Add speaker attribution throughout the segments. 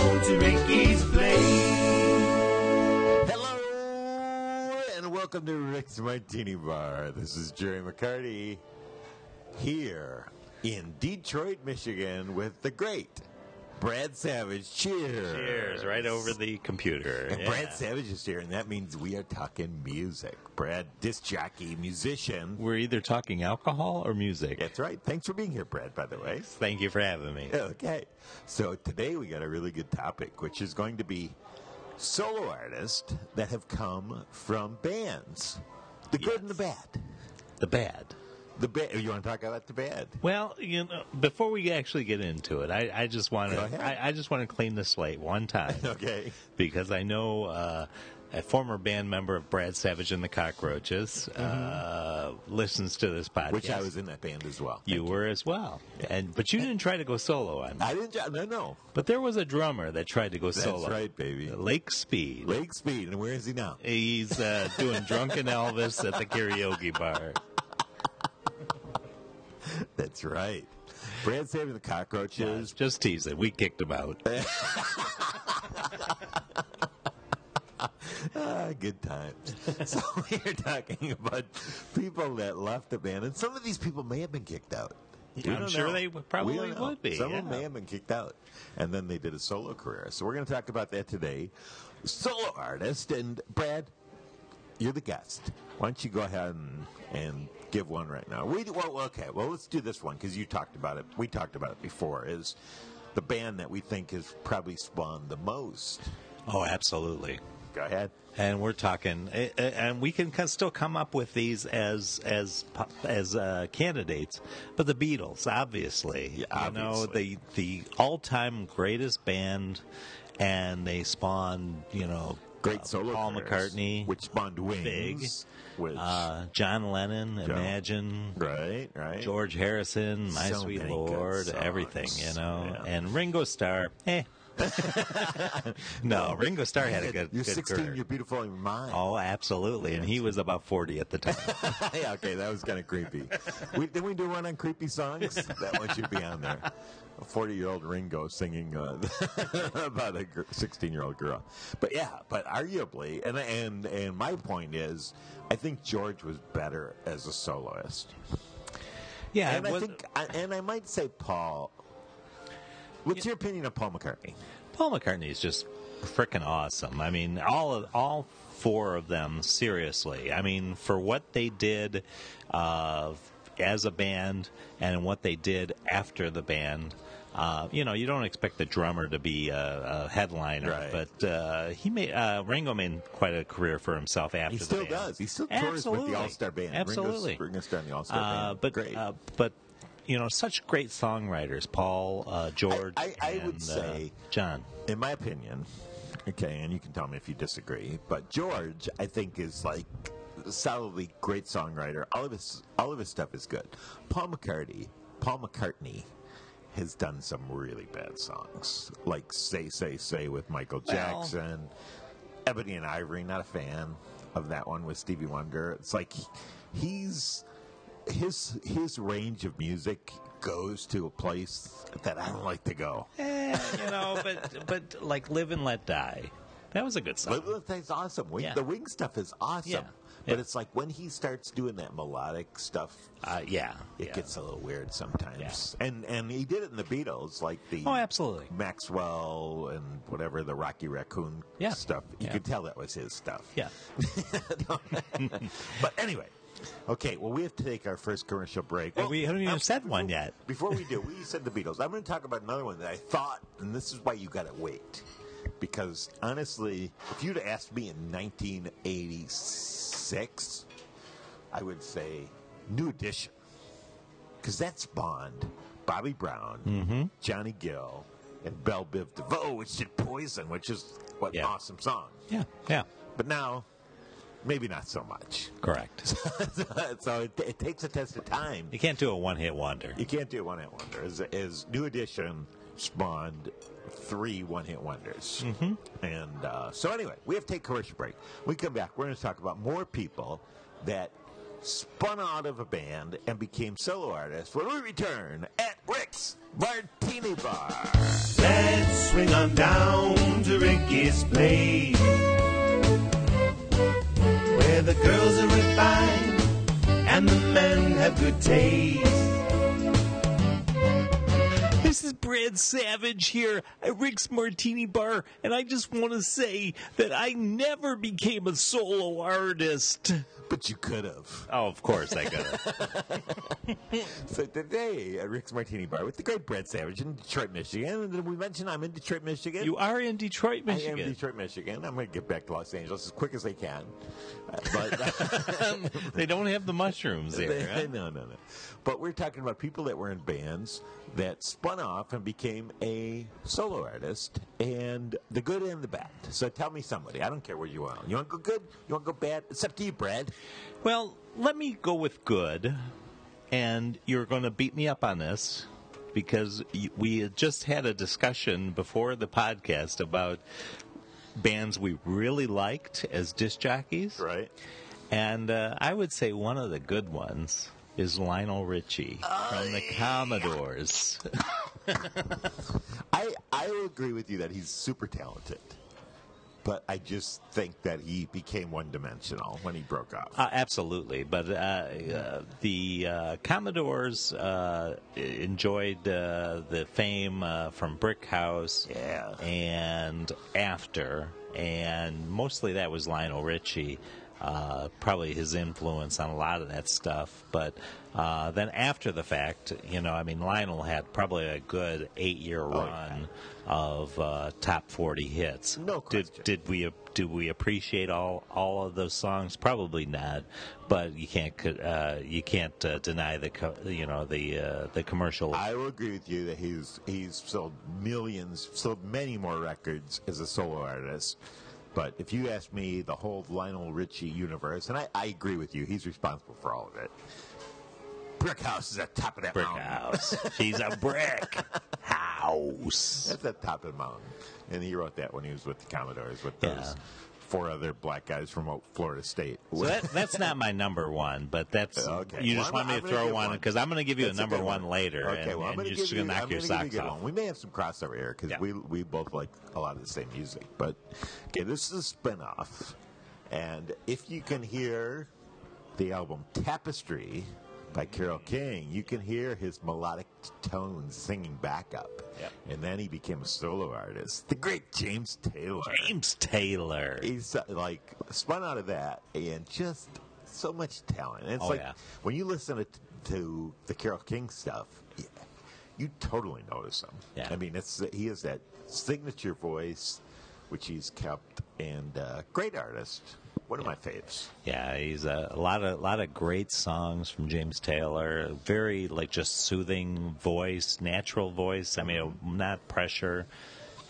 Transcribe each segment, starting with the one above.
Speaker 1: to Ricky's place.
Speaker 2: Hello and welcome to Rick's Martini Bar. This is Jerry McCarty here in Detroit, Michigan with the great Brad Savage. Cheers.
Speaker 3: Cheers, right over the computer.
Speaker 2: And
Speaker 3: Yeah.
Speaker 2: Brad Savage is here, and that means we are talking music. Brad, disc jockey, musician.
Speaker 3: We're either talking alcohol or music.
Speaker 2: That's right. Thanks for being here, Brad, by the way.
Speaker 3: Thank you for having me.
Speaker 2: Okay. So today we got a really good topic, which is going to be solo artists that have come from bands. The good and the bad.
Speaker 3: The bad.
Speaker 2: The bad. You want to talk about the bad?
Speaker 3: Well, you know, before we actually get into it, I, I just want
Speaker 2: Go ahead.
Speaker 3: to I, I just want to clean the slate one time
Speaker 2: Okay.
Speaker 3: because I know uh, a former band member of Brad Savage and the Cockroaches uh, listens to this podcast.
Speaker 2: Which I was in that band as well.
Speaker 3: You were as well, and but you didn't try to go solo on.
Speaker 2: I didn't. No, no.
Speaker 3: But there was a drummer that tried to go
Speaker 2: That's
Speaker 3: solo.
Speaker 2: right, baby.
Speaker 3: Lake Speed.
Speaker 2: Lake Speed, and where is he now?
Speaker 3: He's uh, doing drunken Elvis at the karaoke bar.
Speaker 2: That's right. Brad saving the cockroaches.
Speaker 3: Just tease it. We kicked him out.
Speaker 2: Ah, good times. so we are talking about people that left the band, and some of these people may have been kicked out. We
Speaker 3: I'm
Speaker 2: don't
Speaker 3: sure
Speaker 2: know.
Speaker 3: they w- probably
Speaker 2: We don't know.
Speaker 3: would be,
Speaker 2: Some of
Speaker 3: yeah.
Speaker 2: them may have been kicked out, and then they did a solo career. So we're going to talk about that today. Solo artist and Brad, you're the guest. Why don't you go ahead and, and give one right now? We well, okay. Well, let's do this one because you talked about it. We talked about it before. Is the band that we think has probably spawned the most?
Speaker 3: Oh, absolutely.
Speaker 2: Go ahead.
Speaker 3: And we're talking, a- a- and we can co- still come up with these as as po- as uh, candidates. But the Beatles, obviously,
Speaker 2: Yeah,
Speaker 3: you know
Speaker 2: obviously.
Speaker 3: the the all time greatest band, and they spawned you know
Speaker 2: Great
Speaker 3: uh,
Speaker 2: solo
Speaker 3: Paul
Speaker 2: careers,
Speaker 3: McCartney,
Speaker 2: which spawned Wings, which
Speaker 3: uh, John Lennon, Imagine,
Speaker 2: right, right,
Speaker 3: George Harrison, My
Speaker 2: So
Speaker 3: Sweet
Speaker 2: many good
Speaker 3: Lord,
Speaker 2: songs,
Speaker 3: everything, you know,
Speaker 2: yeah.
Speaker 3: and Ringo Starr. Eh. no, Ringo Starr had a good,
Speaker 2: You're
Speaker 3: good
Speaker 2: 16.
Speaker 3: career.
Speaker 2: You're beautiful in your mind.
Speaker 3: Oh, absolutely, and he was about forty at the time.
Speaker 2: yeah, okay, that was kind of creepy. we, did we do one on creepy songs? That one should be on there. A 40 year old Ringo singing uh, about a 16 year old girl. But yeah, but arguably, and, and, and my point is, I think George was better as a soloist.
Speaker 3: yeah,
Speaker 2: And
Speaker 3: it
Speaker 2: I
Speaker 3: was-
Speaker 2: think, I- and I might say Paul. What's your opinion of Paul McCartney?
Speaker 3: Paul McCartney is just freaking awesome. I mean, all of, all four of them, seriously. I mean, for what they did uh, as a band and what they did after the band. Uh, you know, you don't expect the drummer to be a, a headliner,
Speaker 2: Right.
Speaker 3: but uh, he made uh, Ringo made quite a career for himself after
Speaker 2: He
Speaker 3: the
Speaker 2: still
Speaker 3: band.
Speaker 2: does. He still tours with
Speaker 3: Absolutely.
Speaker 2: the All Star Band.
Speaker 3: Absolutely.
Speaker 2: Ringo's, Ringo Starr and the All Star
Speaker 3: Uh,
Speaker 2: Band.
Speaker 3: but
Speaker 2: Great.
Speaker 3: uh, but you know, such great songwriters, Paul, uh, George,
Speaker 2: I- I would
Speaker 3: and, uh,
Speaker 2: say-
Speaker 3: John.
Speaker 2: in my opinion, okay, and you can tell me if you disagree, but George, I think, is like solidly great songwriter. All of his all of his stuff is good. Paul McCartney, Paul McCartney has done some really bad songs, like "Say Say Say" with Michael
Speaker 3: Well-
Speaker 2: Jackson, "Ebony and Ivory." Not a fan of that one with Stevie Wonder. It's like he- he's his his range of music goes to a place that I don't like to go.
Speaker 3: Eh, you know, but but like live and let die. That was a good song.
Speaker 2: But the thing's awesome. Wing,
Speaker 3: Yeah.
Speaker 2: The wing stuff is awesome.
Speaker 3: Yeah.
Speaker 2: But
Speaker 3: Yeah.
Speaker 2: it's like when he starts doing that melodic stuff,
Speaker 3: Uh, yeah,
Speaker 2: it
Speaker 3: yeah.
Speaker 2: gets a little weird sometimes. And and he did it in the Beatles, like the
Speaker 3: oh, absolutely.
Speaker 2: Maxwell and whatever the Rocky Raccoon
Speaker 3: Yeah.
Speaker 2: stuff. You
Speaker 3: Yeah.
Speaker 2: could tell that was his stuff.
Speaker 3: Yeah,
Speaker 2: But anyway, okay. Well, we have to take our first commercial break.
Speaker 3: And
Speaker 2: Well,
Speaker 3: we haven't even said one
Speaker 2: before-
Speaker 3: yet.
Speaker 2: Before we do, we said the Beatles. I'm going to talk about another one that I thought, and this is why you got to wait, because honestly, if you'd asked me in 1986, I would say New Edition, because that's Bond, Bobby Brown, Johnny Gill, and Belle Biv DeVoe, which did Poison, which is what an
Speaker 3: Yeah.
Speaker 2: awesome song.
Speaker 3: yeah, yeah.
Speaker 2: But now, maybe not so much.
Speaker 3: Correct.
Speaker 2: so it, it takes a test of time.
Speaker 3: You can't do a one hit wonder.
Speaker 2: You can't do one hit wonder. As, as New Edition spawned three one hit wonders. Mm-hmm. And uh, so, anyway, we have to take a commercial break. When we come back, we're going to talk about more people that spun out of a band and became solo artists when we return at Rick's Martini Bar.
Speaker 1: Let's swing on down to Ricky's place. Where the girls are refined and the men have good taste.
Speaker 3: This is Brad Savage here at Rick's Martini Bar, and I just want to say that I never became a solo artist.
Speaker 2: But you could have.
Speaker 3: Oh, of course I could have.
Speaker 2: So today at Rick's Martini Bar with the great Brad Savage in Detroit, Michigan. And did we mentioned I'm in Detroit, Michigan.
Speaker 3: you are in Detroit,
Speaker 2: I am
Speaker 3: Michigan.
Speaker 2: Detroit, Michigan. I'm going to get back to Los Angeles as quick as I can. Uh, But um,
Speaker 3: They don't have the mushrooms there. huh?
Speaker 2: no, no, no. But we're talking about people that were in bands that spun off and became a solo artist, and the good and the bad. So tell me somebody. I don't care where you are. You want to go good? You want to go bad? It's up to you, Brad.
Speaker 3: Well, let me go with good, and you're going to beat me up on this because y- we had just had a discussion before the podcast about bands we really liked as disc jockeys,
Speaker 2: Right.
Speaker 3: and uh, I would say one of the good ones is Lionel Richie from the Commodores.
Speaker 2: I I will agree with you that he's super talented, but I just think that he became one dimensional when he broke off.
Speaker 3: Uh, absolutely, but uh, uh, the uh, Commodores uh, enjoyed uh, the fame uh, from Brick House,
Speaker 2: Yeah.
Speaker 3: and after, and mostly that was Lionel Richie. Uh, probably his influence on a lot of that stuff, but uh, then after the fact, you know, I mean, Lionel had probably a good eight-year
Speaker 2: Oh,
Speaker 3: run of uh, top forty hits.
Speaker 2: No
Speaker 3: Did-
Speaker 2: question.
Speaker 3: did we do we appreciate all all of those songs? Probably not, but you can't co- uh, you can't uh, deny the co- you know the uh, the commercial.
Speaker 2: I will agree with you that he's he's sold millions, sold many more records as a solo artist. But if you ask me, the whole Lionel Richie universe, and I, I agree with you, he's responsible for all of it. Brickhouse is at top of that
Speaker 3: brick
Speaker 2: mountain.
Speaker 3: house. She's a brick house.
Speaker 2: That's at top of the mountain, and he wrote that when he was with the Commodores with
Speaker 3: Yeah.
Speaker 2: those four other black guys from uh, Florida State.
Speaker 3: So that, that's not my number one, but that's
Speaker 2: Okay.
Speaker 3: you
Speaker 2: Well, I'm-
Speaker 3: just want me
Speaker 2: I'm
Speaker 3: to
Speaker 2: gonna
Speaker 3: throw
Speaker 2: give
Speaker 3: one
Speaker 2: one.
Speaker 3: because I'm going to give you
Speaker 2: That's
Speaker 3: a number
Speaker 2: good
Speaker 3: one. later.
Speaker 2: Okay,
Speaker 3: and,
Speaker 2: well, I'm
Speaker 3: and
Speaker 2: going to
Speaker 3: you're
Speaker 2: give
Speaker 3: just
Speaker 2: you.
Speaker 3: going to knock
Speaker 2: I'm
Speaker 3: your
Speaker 2: gonna give you a
Speaker 3: socks
Speaker 2: good
Speaker 3: off.
Speaker 2: one. We may have some crossover here because
Speaker 3: Yeah.
Speaker 2: we we both like a lot of the same music. But okay, this is a spinoff, and if you can hear the album Tapestry by Carol King, you can hear his melodic tones singing back up.
Speaker 3: Yep.
Speaker 2: And then he became a solo artist. The great James Taylor
Speaker 3: James Taylor.
Speaker 2: he's uh, like spun out of that and just so much talent. And it's
Speaker 3: Oh,
Speaker 2: like
Speaker 3: yeah.
Speaker 2: when you listen to, to the Carol King stuff, y- you totally notice him.
Speaker 3: Yeah.
Speaker 2: I mean, it's he has that signature voice, which he's kept, and uh, great artist. One of my faves.
Speaker 3: Yeah, he's a, a lot of lot of great songs from James Taylor. Very like just soothing voice, natural voice. I mean, not pressure.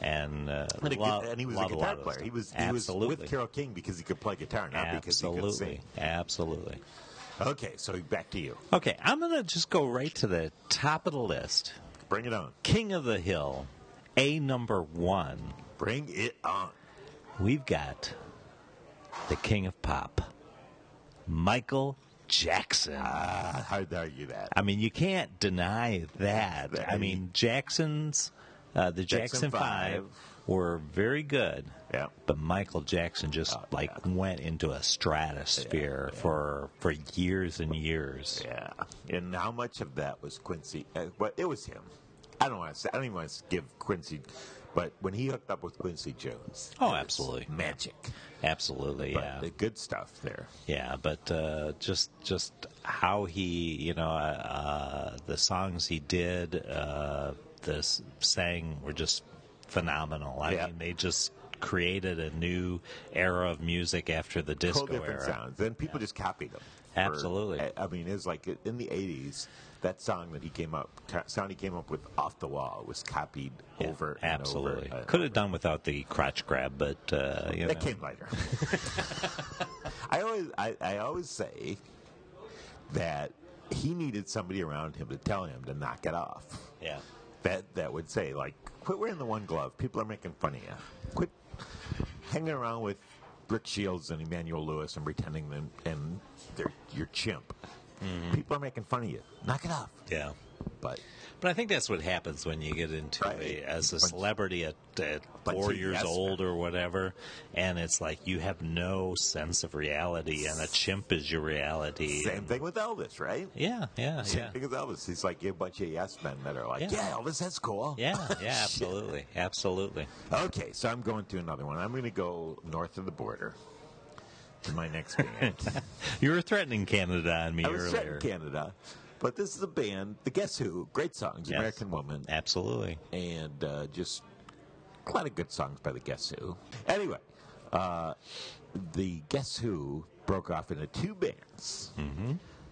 Speaker 3: And uh,
Speaker 2: Mm-hmm. And, a gu-
Speaker 3: lo-
Speaker 2: and he was
Speaker 3: love
Speaker 2: a
Speaker 3: lot
Speaker 2: guitar
Speaker 3: of those
Speaker 2: player. He was
Speaker 3: songs. absolutely
Speaker 2: he was with Carol King because he could play guitar, not
Speaker 3: absolutely
Speaker 2: because he could sing.
Speaker 3: absolutely.
Speaker 2: Okay, so back to you.
Speaker 3: Okay, I'm gonna just go right to the top of the list.
Speaker 2: Bring it on.
Speaker 3: King of the Hill, a number one.
Speaker 2: Bring it on.
Speaker 3: We've got the King of Pop, Michael Jackson.
Speaker 2: Uh, hard to argue that.
Speaker 3: I mean, you can't deny that. I mean, Jackson's, uh, the Jackson,
Speaker 2: Jackson
Speaker 3: Five,
Speaker 2: Five.
Speaker 3: were very good.
Speaker 2: Yeah. Oh,
Speaker 3: But Michael Jackson just like went into a stratosphere for for years and years.
Speaker 2: Yeah, and how much of that was Quincy? Uh, but it was him. I don't want to. Say, I don't even want to give Quincy. But when he hooked up with Quincy Jones,
Speaker 3: Oh,
Speaker 2: it was
Speaker 3: absolutely.
Speaker 2: magic.
Speaker 3: Absolutely,
Speaker 2: But
Speaker 3: yeah,
Speaker 2: the good stuff there.
Speaker 3: yeah. But uh, just just how he, you know, uh, uh, the songs he did, uh, the s- sang were just phenomenal. I
Speaker 2: Yeah.
Speaker 3: mean, they just created a new era of music after the disco
Speaker 2: Whole different
Speaker 3: era.
Speaker 2: sounds, and people just copied him. for-
Speaker 3: Absolutely.
Speaker 2: I- I mean, it's like in the '80s, that song that he came up, ca- sound he came up with, "Off the Wall," was copied
Speaker 3: Yeah,
Speaker 2: over and over.
Speaker 3: absolutely
Speaker 2: and
Speaker 3: could have done without the crotch grab but uh you
Speaker 2: That
Speaker 3: know,
Speaker 2: came later. I always I, I always say that he needed somebody around him to tell him to knock it off.
Speaker 3: Yeah.
Speaker 2: That that would say like, quit wearing the one glove. People are making fun of you. Quit hanging around with Rick Shields and Emmanuel Lewis and pretending them and they're your chimp.
Speaker 3: Mm-hmm.
Speaker 2: People are making fun of you. Knock it off.
Speaker 3: Yeah.
Speaker 2: But
Speaker 3: But I think that's what happens when you get into
Speaker 2: Right.
Speaker 3: a, as a
Speaker 2: Bunch-
Speaker 3: celebrity at, at
Speaker 2: Bunch
Speaker 3: four
Speaker 2: of
Speaker 3: years
Speaker 2: yes
Speaker 3: old or whatever, and it's like you have no sense of reality, and a chimp is your reality.
Speaker 2: same thing with Elvis, right?
Speaker 3: Yeah, yeah,
Speaker 2: Same
Speaker 3: yeah.
Speaker 2: thing with Elvis. He's like a bunch of yes men that are like,
Speaker 3: Yeah.
Speaker 2: yeah, Elvis, that's cool.
Speaker 3: Yeah, yeah, absolutely, absolutely.
Speaker 2: Okay, so I'm going to another one. I'm going to go north of the border to my next band.
Speaker 3: You were threatening Canada on me
Speaker 2: I was set in
Speaker 3: earlier.
Speaker 2: Canada, but this is a band, The Guess Who, great songs,
Speaker 3: Yes.
Speaker 2: American Woman,
Speaker 3: Absolutely.
Speaker 2: and uh, just a lot of good songs by The Guess Who. Anyway, uh, The Guess Who broke off into two bands. Mm-hmm.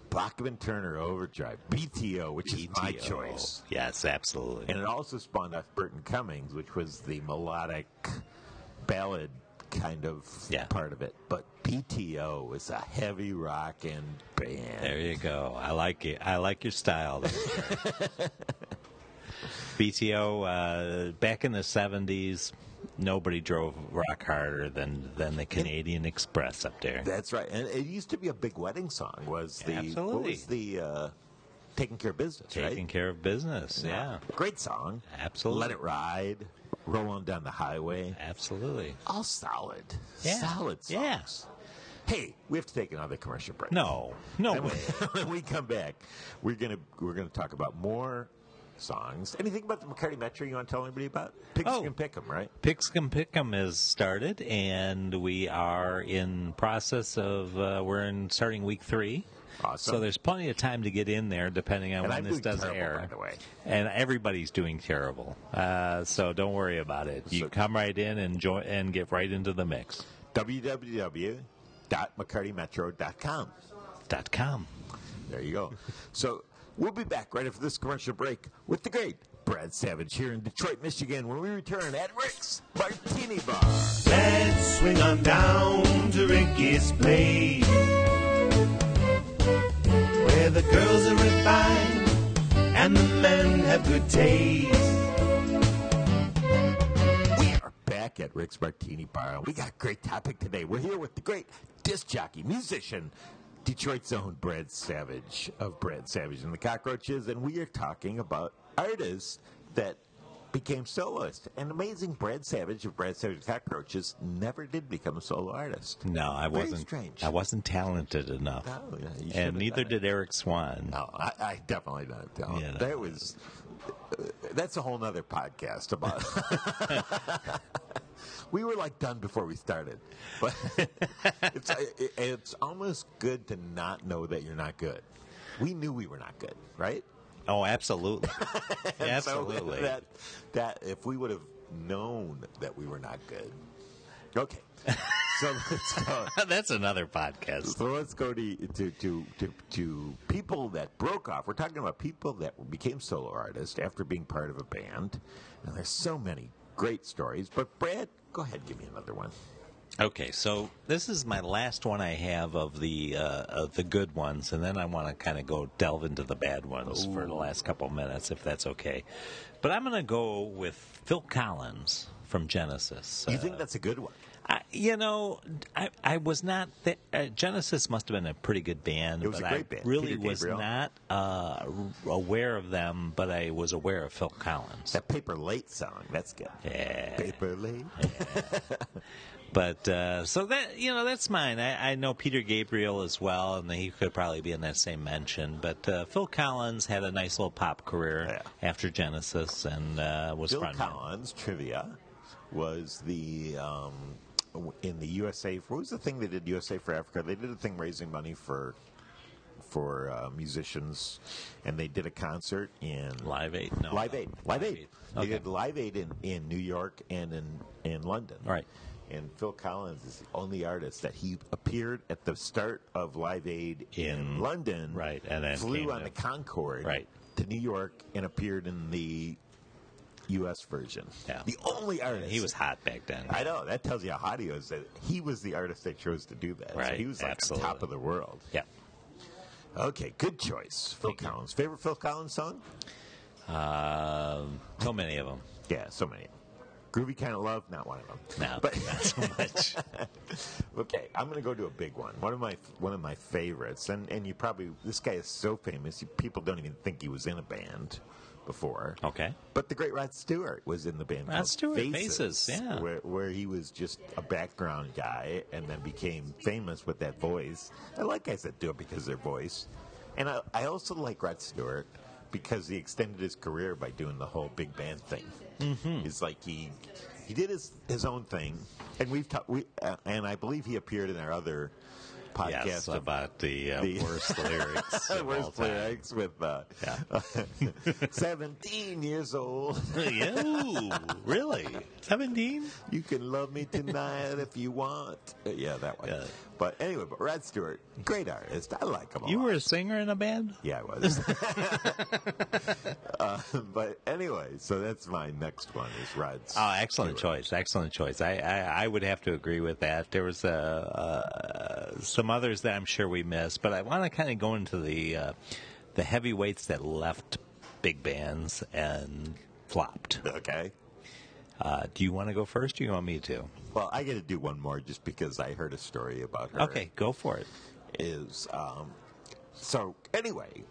Speaker 2: Blackman Turner Overdrive, BTO, which is my
Speaker 3: BTO.
Speaker 2: choice.
Speaker 3: Yes, absolutely.
Speaker 2: And it also spawned off Burton Cummings, which was the melodic ballad kind of
Speaker 3: Yeah.
Speaker 2: part of it. But PTO was a heavy rockin' band.
Speaker 3: there you go. I like it. I like your style. there. BTO uh, back in the seventies, nobody drove rock harder than than the Canadian Express up there.
Speaker 2: That's right. And it used to be a big wedding song. Was the what
Speaker 3: Absolutely.
Speaker 2: was the uh, taking care of business?
Speaker 3: Taking
Speaker 2: right.
Speaker 3: care of business. Yeah,
Speaker 2: Great song.
Speaker 3: Absolutely.
Speaker 2: Let it ride. Roll on down the highway.
Speaker 3: absolutely.
Speaker 2: All solid.
Speaker 3: Yeah.
Speaker 2: Solid songs.
Speaker 3: Yeah.
Speaker 2: Hey, we have to take another commercial break.
Speaker 3: No, no
Speaker 2: And
Speaker 3: way.
Speaker 2: when- when we come back, we're gonna we're gonna talk about more songs. Anything about the McCarty Metro you want to tell anybody about? Pigs
Speaker 3: Oh.
Speaker 2: can pick 'em, right?
Speaker 3: Pickscom Pickum has started, and we are in process of uh, we're in starting week three.
Speaker 2: Awesome.
Speaker 3: So there's plenty of time to get in there, depending on
Speaker 2: And
Speaker 3: when
Speaker 2: I'm
Speaker 3: this
Speaker 2: doing
Speaker 3: does
Speaker 2: terrible,
Speaker 3: air.
Speaker 2: by the way.
Speaker 3: And everybody's doing terrible, uh, so don't worry about it. You
Speaker 2: So-
Speaker 3: come right in and join and get right into the mix.
Speaker 2: www.mccartymetro.com.
Speaker 3: Dot com.
Speaker 2: There you go. so we'll be back right after this commercial break with the great Brad Savage here in Detroit, Michigan, when we return at Rick's Martini Bar.
Speaker 1: Let's swing on down to Ricky's place. Where the girls are refined and the men have good taste.
Speaker 2: We are back at Rick's Martini Bar. We got a great topic today. We're here with the great disc jockey, musician, Detroit's own Brad Savage of Brad Savage and the Cockroaches, and we are talking about artists that became soloists. And amazing Brad Savage of Brad Savage and the Cockroaches never did become a solo artist.
Speaker 3: No, I
Speaker 2: Very
Speaker 3: wasn't.
Speaker 2: strange.
Speaker 3: I wasn't talented enough,
Speaker 2: Oh, yeah, you should have
Speaker 3: and neither
Speaker 2: done it.
Speaker 3: did Eric Swan.
Speaker 2: No, Oh, I, I definitely don't tell.
Speaker 3: Yeah, no.
Speaker 2: that was that's a whole nother podcast about. we were like done before we started, but it's uh, it's almost good to not know that you're not good. We knew we were not good, right?
Speaker 3: Oh, absolutely,
Speaker 2: And so
Speaker 3: absolutely.
Speaker 2: that that if we would have known that we were not good, okay. So let's go.
Speaker 3: That's another podcast.
Speaker 2: So let's go to, to to to to people that broke off. We're talking about people that became solo artists after being part of a band. And there's so many great stories. But Brad, go ahead, give me another one.
Speaker 3: Okay, so this is my last one I have of the uh, of the good ones, and then I want to kind of go delve into the bad ones for the last couple minutes, if that's okay. But I'm going to go with Phil Collins from Genesis.
Speaker 2: You
Speaker 3: Uh,
Speaker 2: think that's a good one?
Speaker 3: I, you know, I, I was not. Th- uh, Genesis must have been a pretty good band.
Speaker 2: It was
Speaker 3: but
Speaker 2: a great
Speaker 3: I
Speaker 2: band.
Speaker 3: Really
Speaker 2: Peter
Speaker 3: was
Speaker 2: Gabriel.
Speaker 3: not uh, aware of them, but I was aware of Phil Collins.
Speaker 2: That Paper Late song, that's good.
Speaker 3: Yeah.
Speaker 2: Paper Late.
Speaker 3: But uh, so that you know, that's mine. I, I know Peter Gabriel as well, and he could probably be in that same mention. But uh, Phil Collins had a nice little pop career
Speaker 2: Yeah.
Speaker 3: after Genesis, and uh, was
Speaker 2: Bill
Speaker 3: frontman.
Speaker 2: Collins trivia was the um, w- in the USA. What was the thing they did? USA for Africa. They did a thing raising money for for uh, musicians, and they did a concert in
Speaker 3: Live Aid, no,
Speaker 2: Live Aid. Live Aid. They
Speaker 3: Okay.
Speaker 2: did Live Aid in, in New York and in in London.
Speaker 3: All right.
Speaker 2: And Phil Collins is the only artist that he appeared at the start of Live Aid in,
Speaker 3: In-
Speaker 2: London.
Speaker 3: right, and then
Speaker 2: flew
Speaker 3: came
Speaker 2: on
Speaker 3: to-
Speaker 2: the Concorde
Speaker 3: Right.
Speaker 2: to New York and appeared in the U.S. version.
Speaker 3: Yeah.
Speaker 2: The only artist.
Speaker 3: He was hot back then.
Speaker 2: I know that tells you how hot he was. That he was the artist that chose to do that. So
Speaker 3: Right,
Speaker 2: he was like
Speaker 3: absolutely.
Speaker 2: top of the world.
Speaker 3: yeah.
Speaker 2: Okay, good choice, Phil Collins. Favorite Phil Collins song?
Speaker 3: Um, so many of them.
Speaker 2: Yeah, so many. Groovy kind of love, not one of them.
Speaker 3: No,
Speaker 2: but
Speaker 3: not so much.
Speaker 2: okay, I'm going to go to a big one. One of my one of my favorites, and and you probably this guy is so famous, you, people don't even think he was in a band before.
Speaker 3: Okay.
Speaker 2: But the great Rod Stewart was in the band.
Speaker 3: Rod
Speaker 2: called
Speaker 3: Stewart, Faces, yeah.
Speaker 2: where, where he was just a background guy and then became famous with that voice. I like guys that do it because of their voice, and I, I also like Rod Stewart because he extended his career by doing the whole big band thing. Mm-hmm. It's like he he did his his own thing, and we've ta- we uh, and I believe he appeared in our other podcast
Speaker 3: Yes,
Speaker 2: about
Speaker 3: about the, uh,
Speaker 2: the-
Speaker 3: worst lyrics. of all
Speaker 2: Where's
Speaker 3: time.
Speaker 2: lyrics with uh,
Speaker 3: Yeah.
Speaker 2: 17 years old.
Speaker 3: Yo, really? 17?
Speaker 2: You can love me tonight if you want. Uh, Yeah, that one.
Speaker 3: Yeah.
Speaker 2: But anyway, but Rod Stewart, great artist. Oh, I like him a
Speaker 3: You
Speaker 2: lot.
Speaker 3: were a singer in a band?
Speaker 2: Yeah, I was. uh, but anyway, so that's my next one is Rod
Speaker 3: Oh, excellent choice. Excellent choice. I, I, I would have to agree with that. There was uh, uh, some others that I'm sure we missed, but I want to kind of go into the uh, the heavyweights that left big bands and flopped.
Speaker 2: Okay.
Speaker 3: Uh, do you want to go first or you want me to?
Speaker 2: Well, I got to do one more just because I heard a story about her.
Speaker 3: Okay, go for it.
Speaker 2: is um, so anyway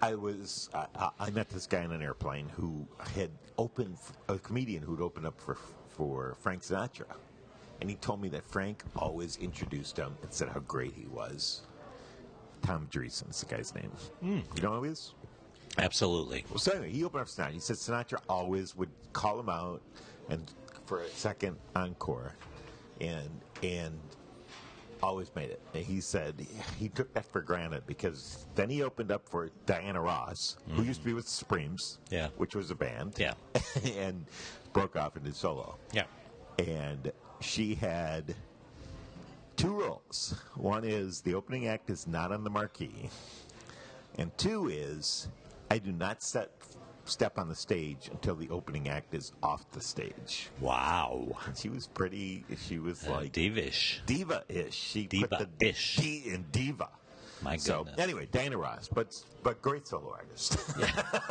Speaker 2: i was I- I, I met this guy on an airplane who had opened f- a comedian who'd opened up for for frank sinatra and he told me that frank always introduced him and said how great he was tom Dreesen's the guy's name you know who he is
Speaker 3: Absolutely.
Speaker 2: well, so anyway, he opened up Sinatra. He said Sinatra always would call him out and for a second encore, and and always made it. And he said he took that for granted because then he opened up for Diana Ross, who used to be with the Supremes,
Speaker 3: Mm-hmm. Yeah.
Speaker 2: which was a band,
Speaker 3: Yeah.
Speaker 2: and broke off and did solo
Speaker 3: Yeah.
Speaker 2: and she had two rules. One is the opening act is not on the marquee, and two is I do not set step on the stage until the opening act is off the stage.
Speaker 3: Wow.
Speaker 2: And she was pretty. She was
Speaker 3: Uh,
Speaker 2: like
Speaker 3: Divish.
Speaker 2: diva-ish. She put the
Speaker 3: Diva-ish.
Speaker 2: D in diva.
Speaker 3: My
Speaker 2: So
Speaker 3: goodness.
Speaker 2: anyway, Diana Ross, but but great solo artist.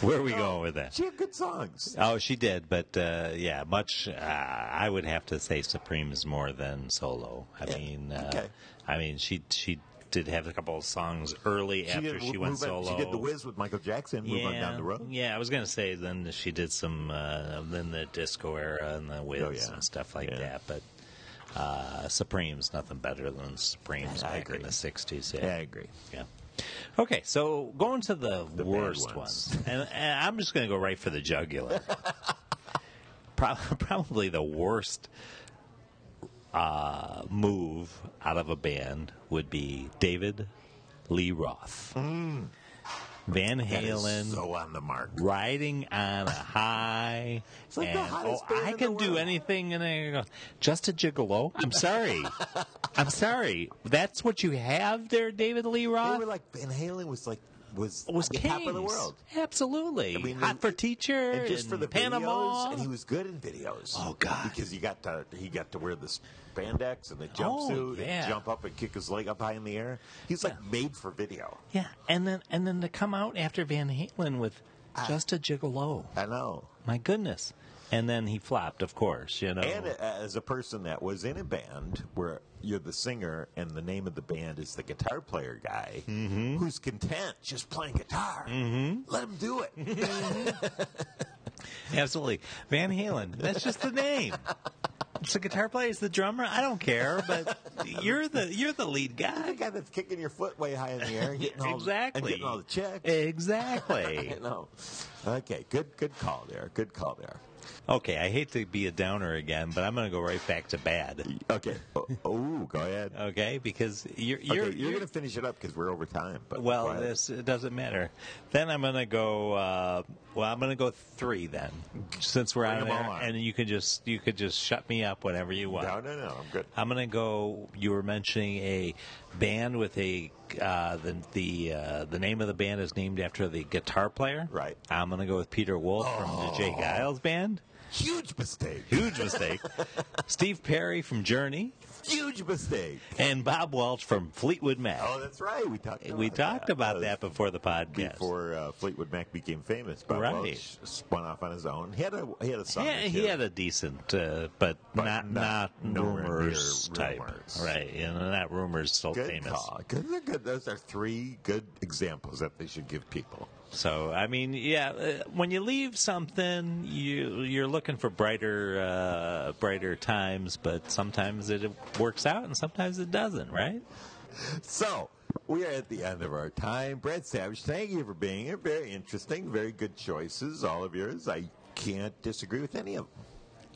Speaker 3: Where are we going with that?
Speaker 2: she had good songs.
Speaker 3: Oh, she did, but uh, yeah, much. Uh, I would have to say Supreme is more than solo. I
Speaker 2: Yeah,
Speaker 3: mean, uh,
Speaker 2: okay.
Speaker 3: I mean, she she did have a couple of songs early after
Speaker 2: did
Speaker 3: she
Speaker 2: Move
Speaker 3: went
Speaker 2: On-
Speaker 3: solo.
Speaker 2: She did the Whiz with Michael Jackson. Move
Speaker 3: yeah,
Speaker 2: on down the road.
Speaker 3: yeah. I was gonna say then she did some uh, then the disco era and the Whiz
Speaker 2: Oh, yeah.
Speaker 3: and stuff like
Speaker 2: Yeah.
Speaker 3: that, but. Uh, Supreme's nothing better than Supreme's
Speaker 2: I
Speaker 3: back
Speaker 2: agree.
Speaker 3: in the '60s.
Speaker 2: Yeah, I agree.
Speaker 3: Yeah. Okay, so going to the,
Speaker 2: bad
Speaker 3: worst
Speaker 2: ones.
Speaker 3: ones, and, and I'm just going to go right for the jugular. Pro- probably the worst uh, move out of a band would be David Lee Roth, Van
Speaker 2: Mm. That is
Speaker 3: Halen.
Speaker 2: so on the mark.
Speaker 3: Riding on a high,
Speaker 2: It's like the
Speaker 3: and, oh,
Speaker 2: hottest band
Speaker 3: I
Speaker 2: in the
Speaker 3: can do
Speaker 2: world."
Speaker 3: anything, and I go, just a gigolo. I'm sorry, I'm sorry. That's what you have there, David Lee Roth
Speaker 2: They were like Van Halen was like was
Speaker 3: was
Speaker 2: the
Speaker 3: king
Speaker 2: top of the world,
Speaker 3: Absolutely.
Speaker 2: I mean,
Speaker 3: Hot
Speaker 2: and-
Speaker 3: for teacher
Speaker 2: and just for
Speaker 3: and
Speaker 2: the
Speaker 3: Panama.
Speaker 2: videos, and he was good in videos.
Speaker 3: Oh, God.
Speaker 2: Because he got to he got to wear the spandex and the jumpsuit,
Speaker 3: Oh, yeah.
Speaker 2: and jump up and kick his leg up high in the air. He's like made for video.
Speaker 3: yeah, and then and then to come out after Van Halen with
Speaker 2: Ah.
Speaker 3: just a gigolo.
Speaker 2: I know.
Speaker 3: My goodness. And then he flopped, of course, you know.
Speaker 2: And uh, as a person that was in a band where you're the singer and the name of the band is the guitar player guy
Speaker 3: Mm-hmm.
Speaker 2: who's content just playing guitar, let him do it.
Speaker 3: Absolutely. Van Halen. That's just the name. It's the guitar player, it's the drummer. I don't care, but you're the you're the lead
Speaker 2: the
Speaker 3: guy.
Speaker 2: guy that's kicking your foot way high in the air, and getting all, and
Speaker 3: exactly.
Speaker 2: getting all the checks.
Speaker 3: Exactly.
Speaker 2: no. Okay, good good call there. Good call there.
Speaker 3: okay, I hate to be a downer again, but I'm going to go right back to bad.
Speaker 2: Okay. oh, go ahead.
Speaker 3: okay? Because you're
Speaker 2: Okay,
Speaker 3: you're
Speaker 2: you're, going to finish it up because we're over time. But
Speaker 3: well,
Speaker 2: go ahead.
Speaker 3: this it doesn't matter. Then I'm gonna go. Uh, well, I'm gonna go three then, since we're
Speaker 2: Bring
Speaker 3: on
Speaker 2: them all
Speaker 3: there,
Speaker 2: on.
Speaker 3: and you can just you could just shut me up whenever you want.
Speaker 2: no, no, no. I'm good.
Speaker 3: I'm gonna go. You were mentioning a band with a uh, the the uh, the name of the band is named after the guitar player.
Speaker 2: Right. Oh.
Speaker 3: I'm gonna go with Peter Wolf from the Jay Giles band.
Speaker 2: Huge mistake.
Speaker 3: Huge mistake. Steve Perry from Journey
Speaker 2: Huge mistake.
Speaker 3: and Bob Welch from Fleetwood Mac.
Speaker 2: Oh, that's right. We talked. About
Speaker 3: we talked
Speaker 2: that.
Speaker 3: about
Speaker 2: Uh,
Speaker 3: that before the podcast.
Speaker 2: before uh, Fleetwood Mac became famous. Bob
Speaker 3: Right.
Speaker 2: Welch spun off on his own. He had a he had a song.
Speaker 3: Yeah,
Speaker 2: or
Speaker 3: he
Speaker 2: two.
Speaker 3: had a decent, uh, but,
Speaker 2: But
Speaker 3: not
Speaker 2: not
Speaker 3: not,
Speaker 2: nowhere
Speaker 3: rumors
Speaker 2: near
Speaker 3: type,
Speaker 2: Rumors.
Speaker 3: right? And not rumors so
Speaker 2: good
Speaker 3: famous.
Speaker 2: call. Good, they're good. Those are three good examples that they should give people.
Speaker 3: So I mean, yeah, uh, when you leave something, you you're looking for brighter uh, brighter times, but sometimes it works out and sometimes it doesn't, right?
Speaker 2: So we are at the end of our time. Brad Savage, thank you for being here. Very interesting. Very good choices, all of yours. I can't disagree with any of them.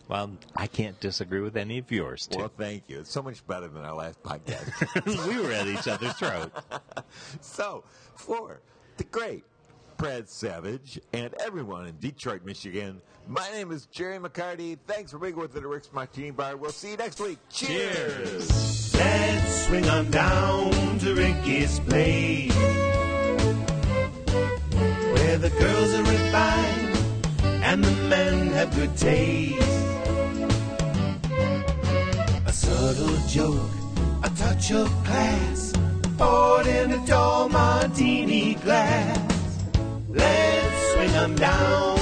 Speaker 3: Well, I can't disagree with any of yours. Too.
Speaker 2: Well, thank you. It's so much better than our last podcast.
Speaker 3: we were at each other's throat.
Speaker 2: So, for the great Brad Savage and everyone in Detroit, Michigan, my name is Jerry McCarty. Thanks for being with us at Rick's Martini Bar. We'll see you next week. Cheers.
Speaker 1: Let's swing on down to Ricky's place. Where the girls are refined and the men have good taste. A subtle joke, a touch of class, poured in a tall martini glass. Let's swing 'em down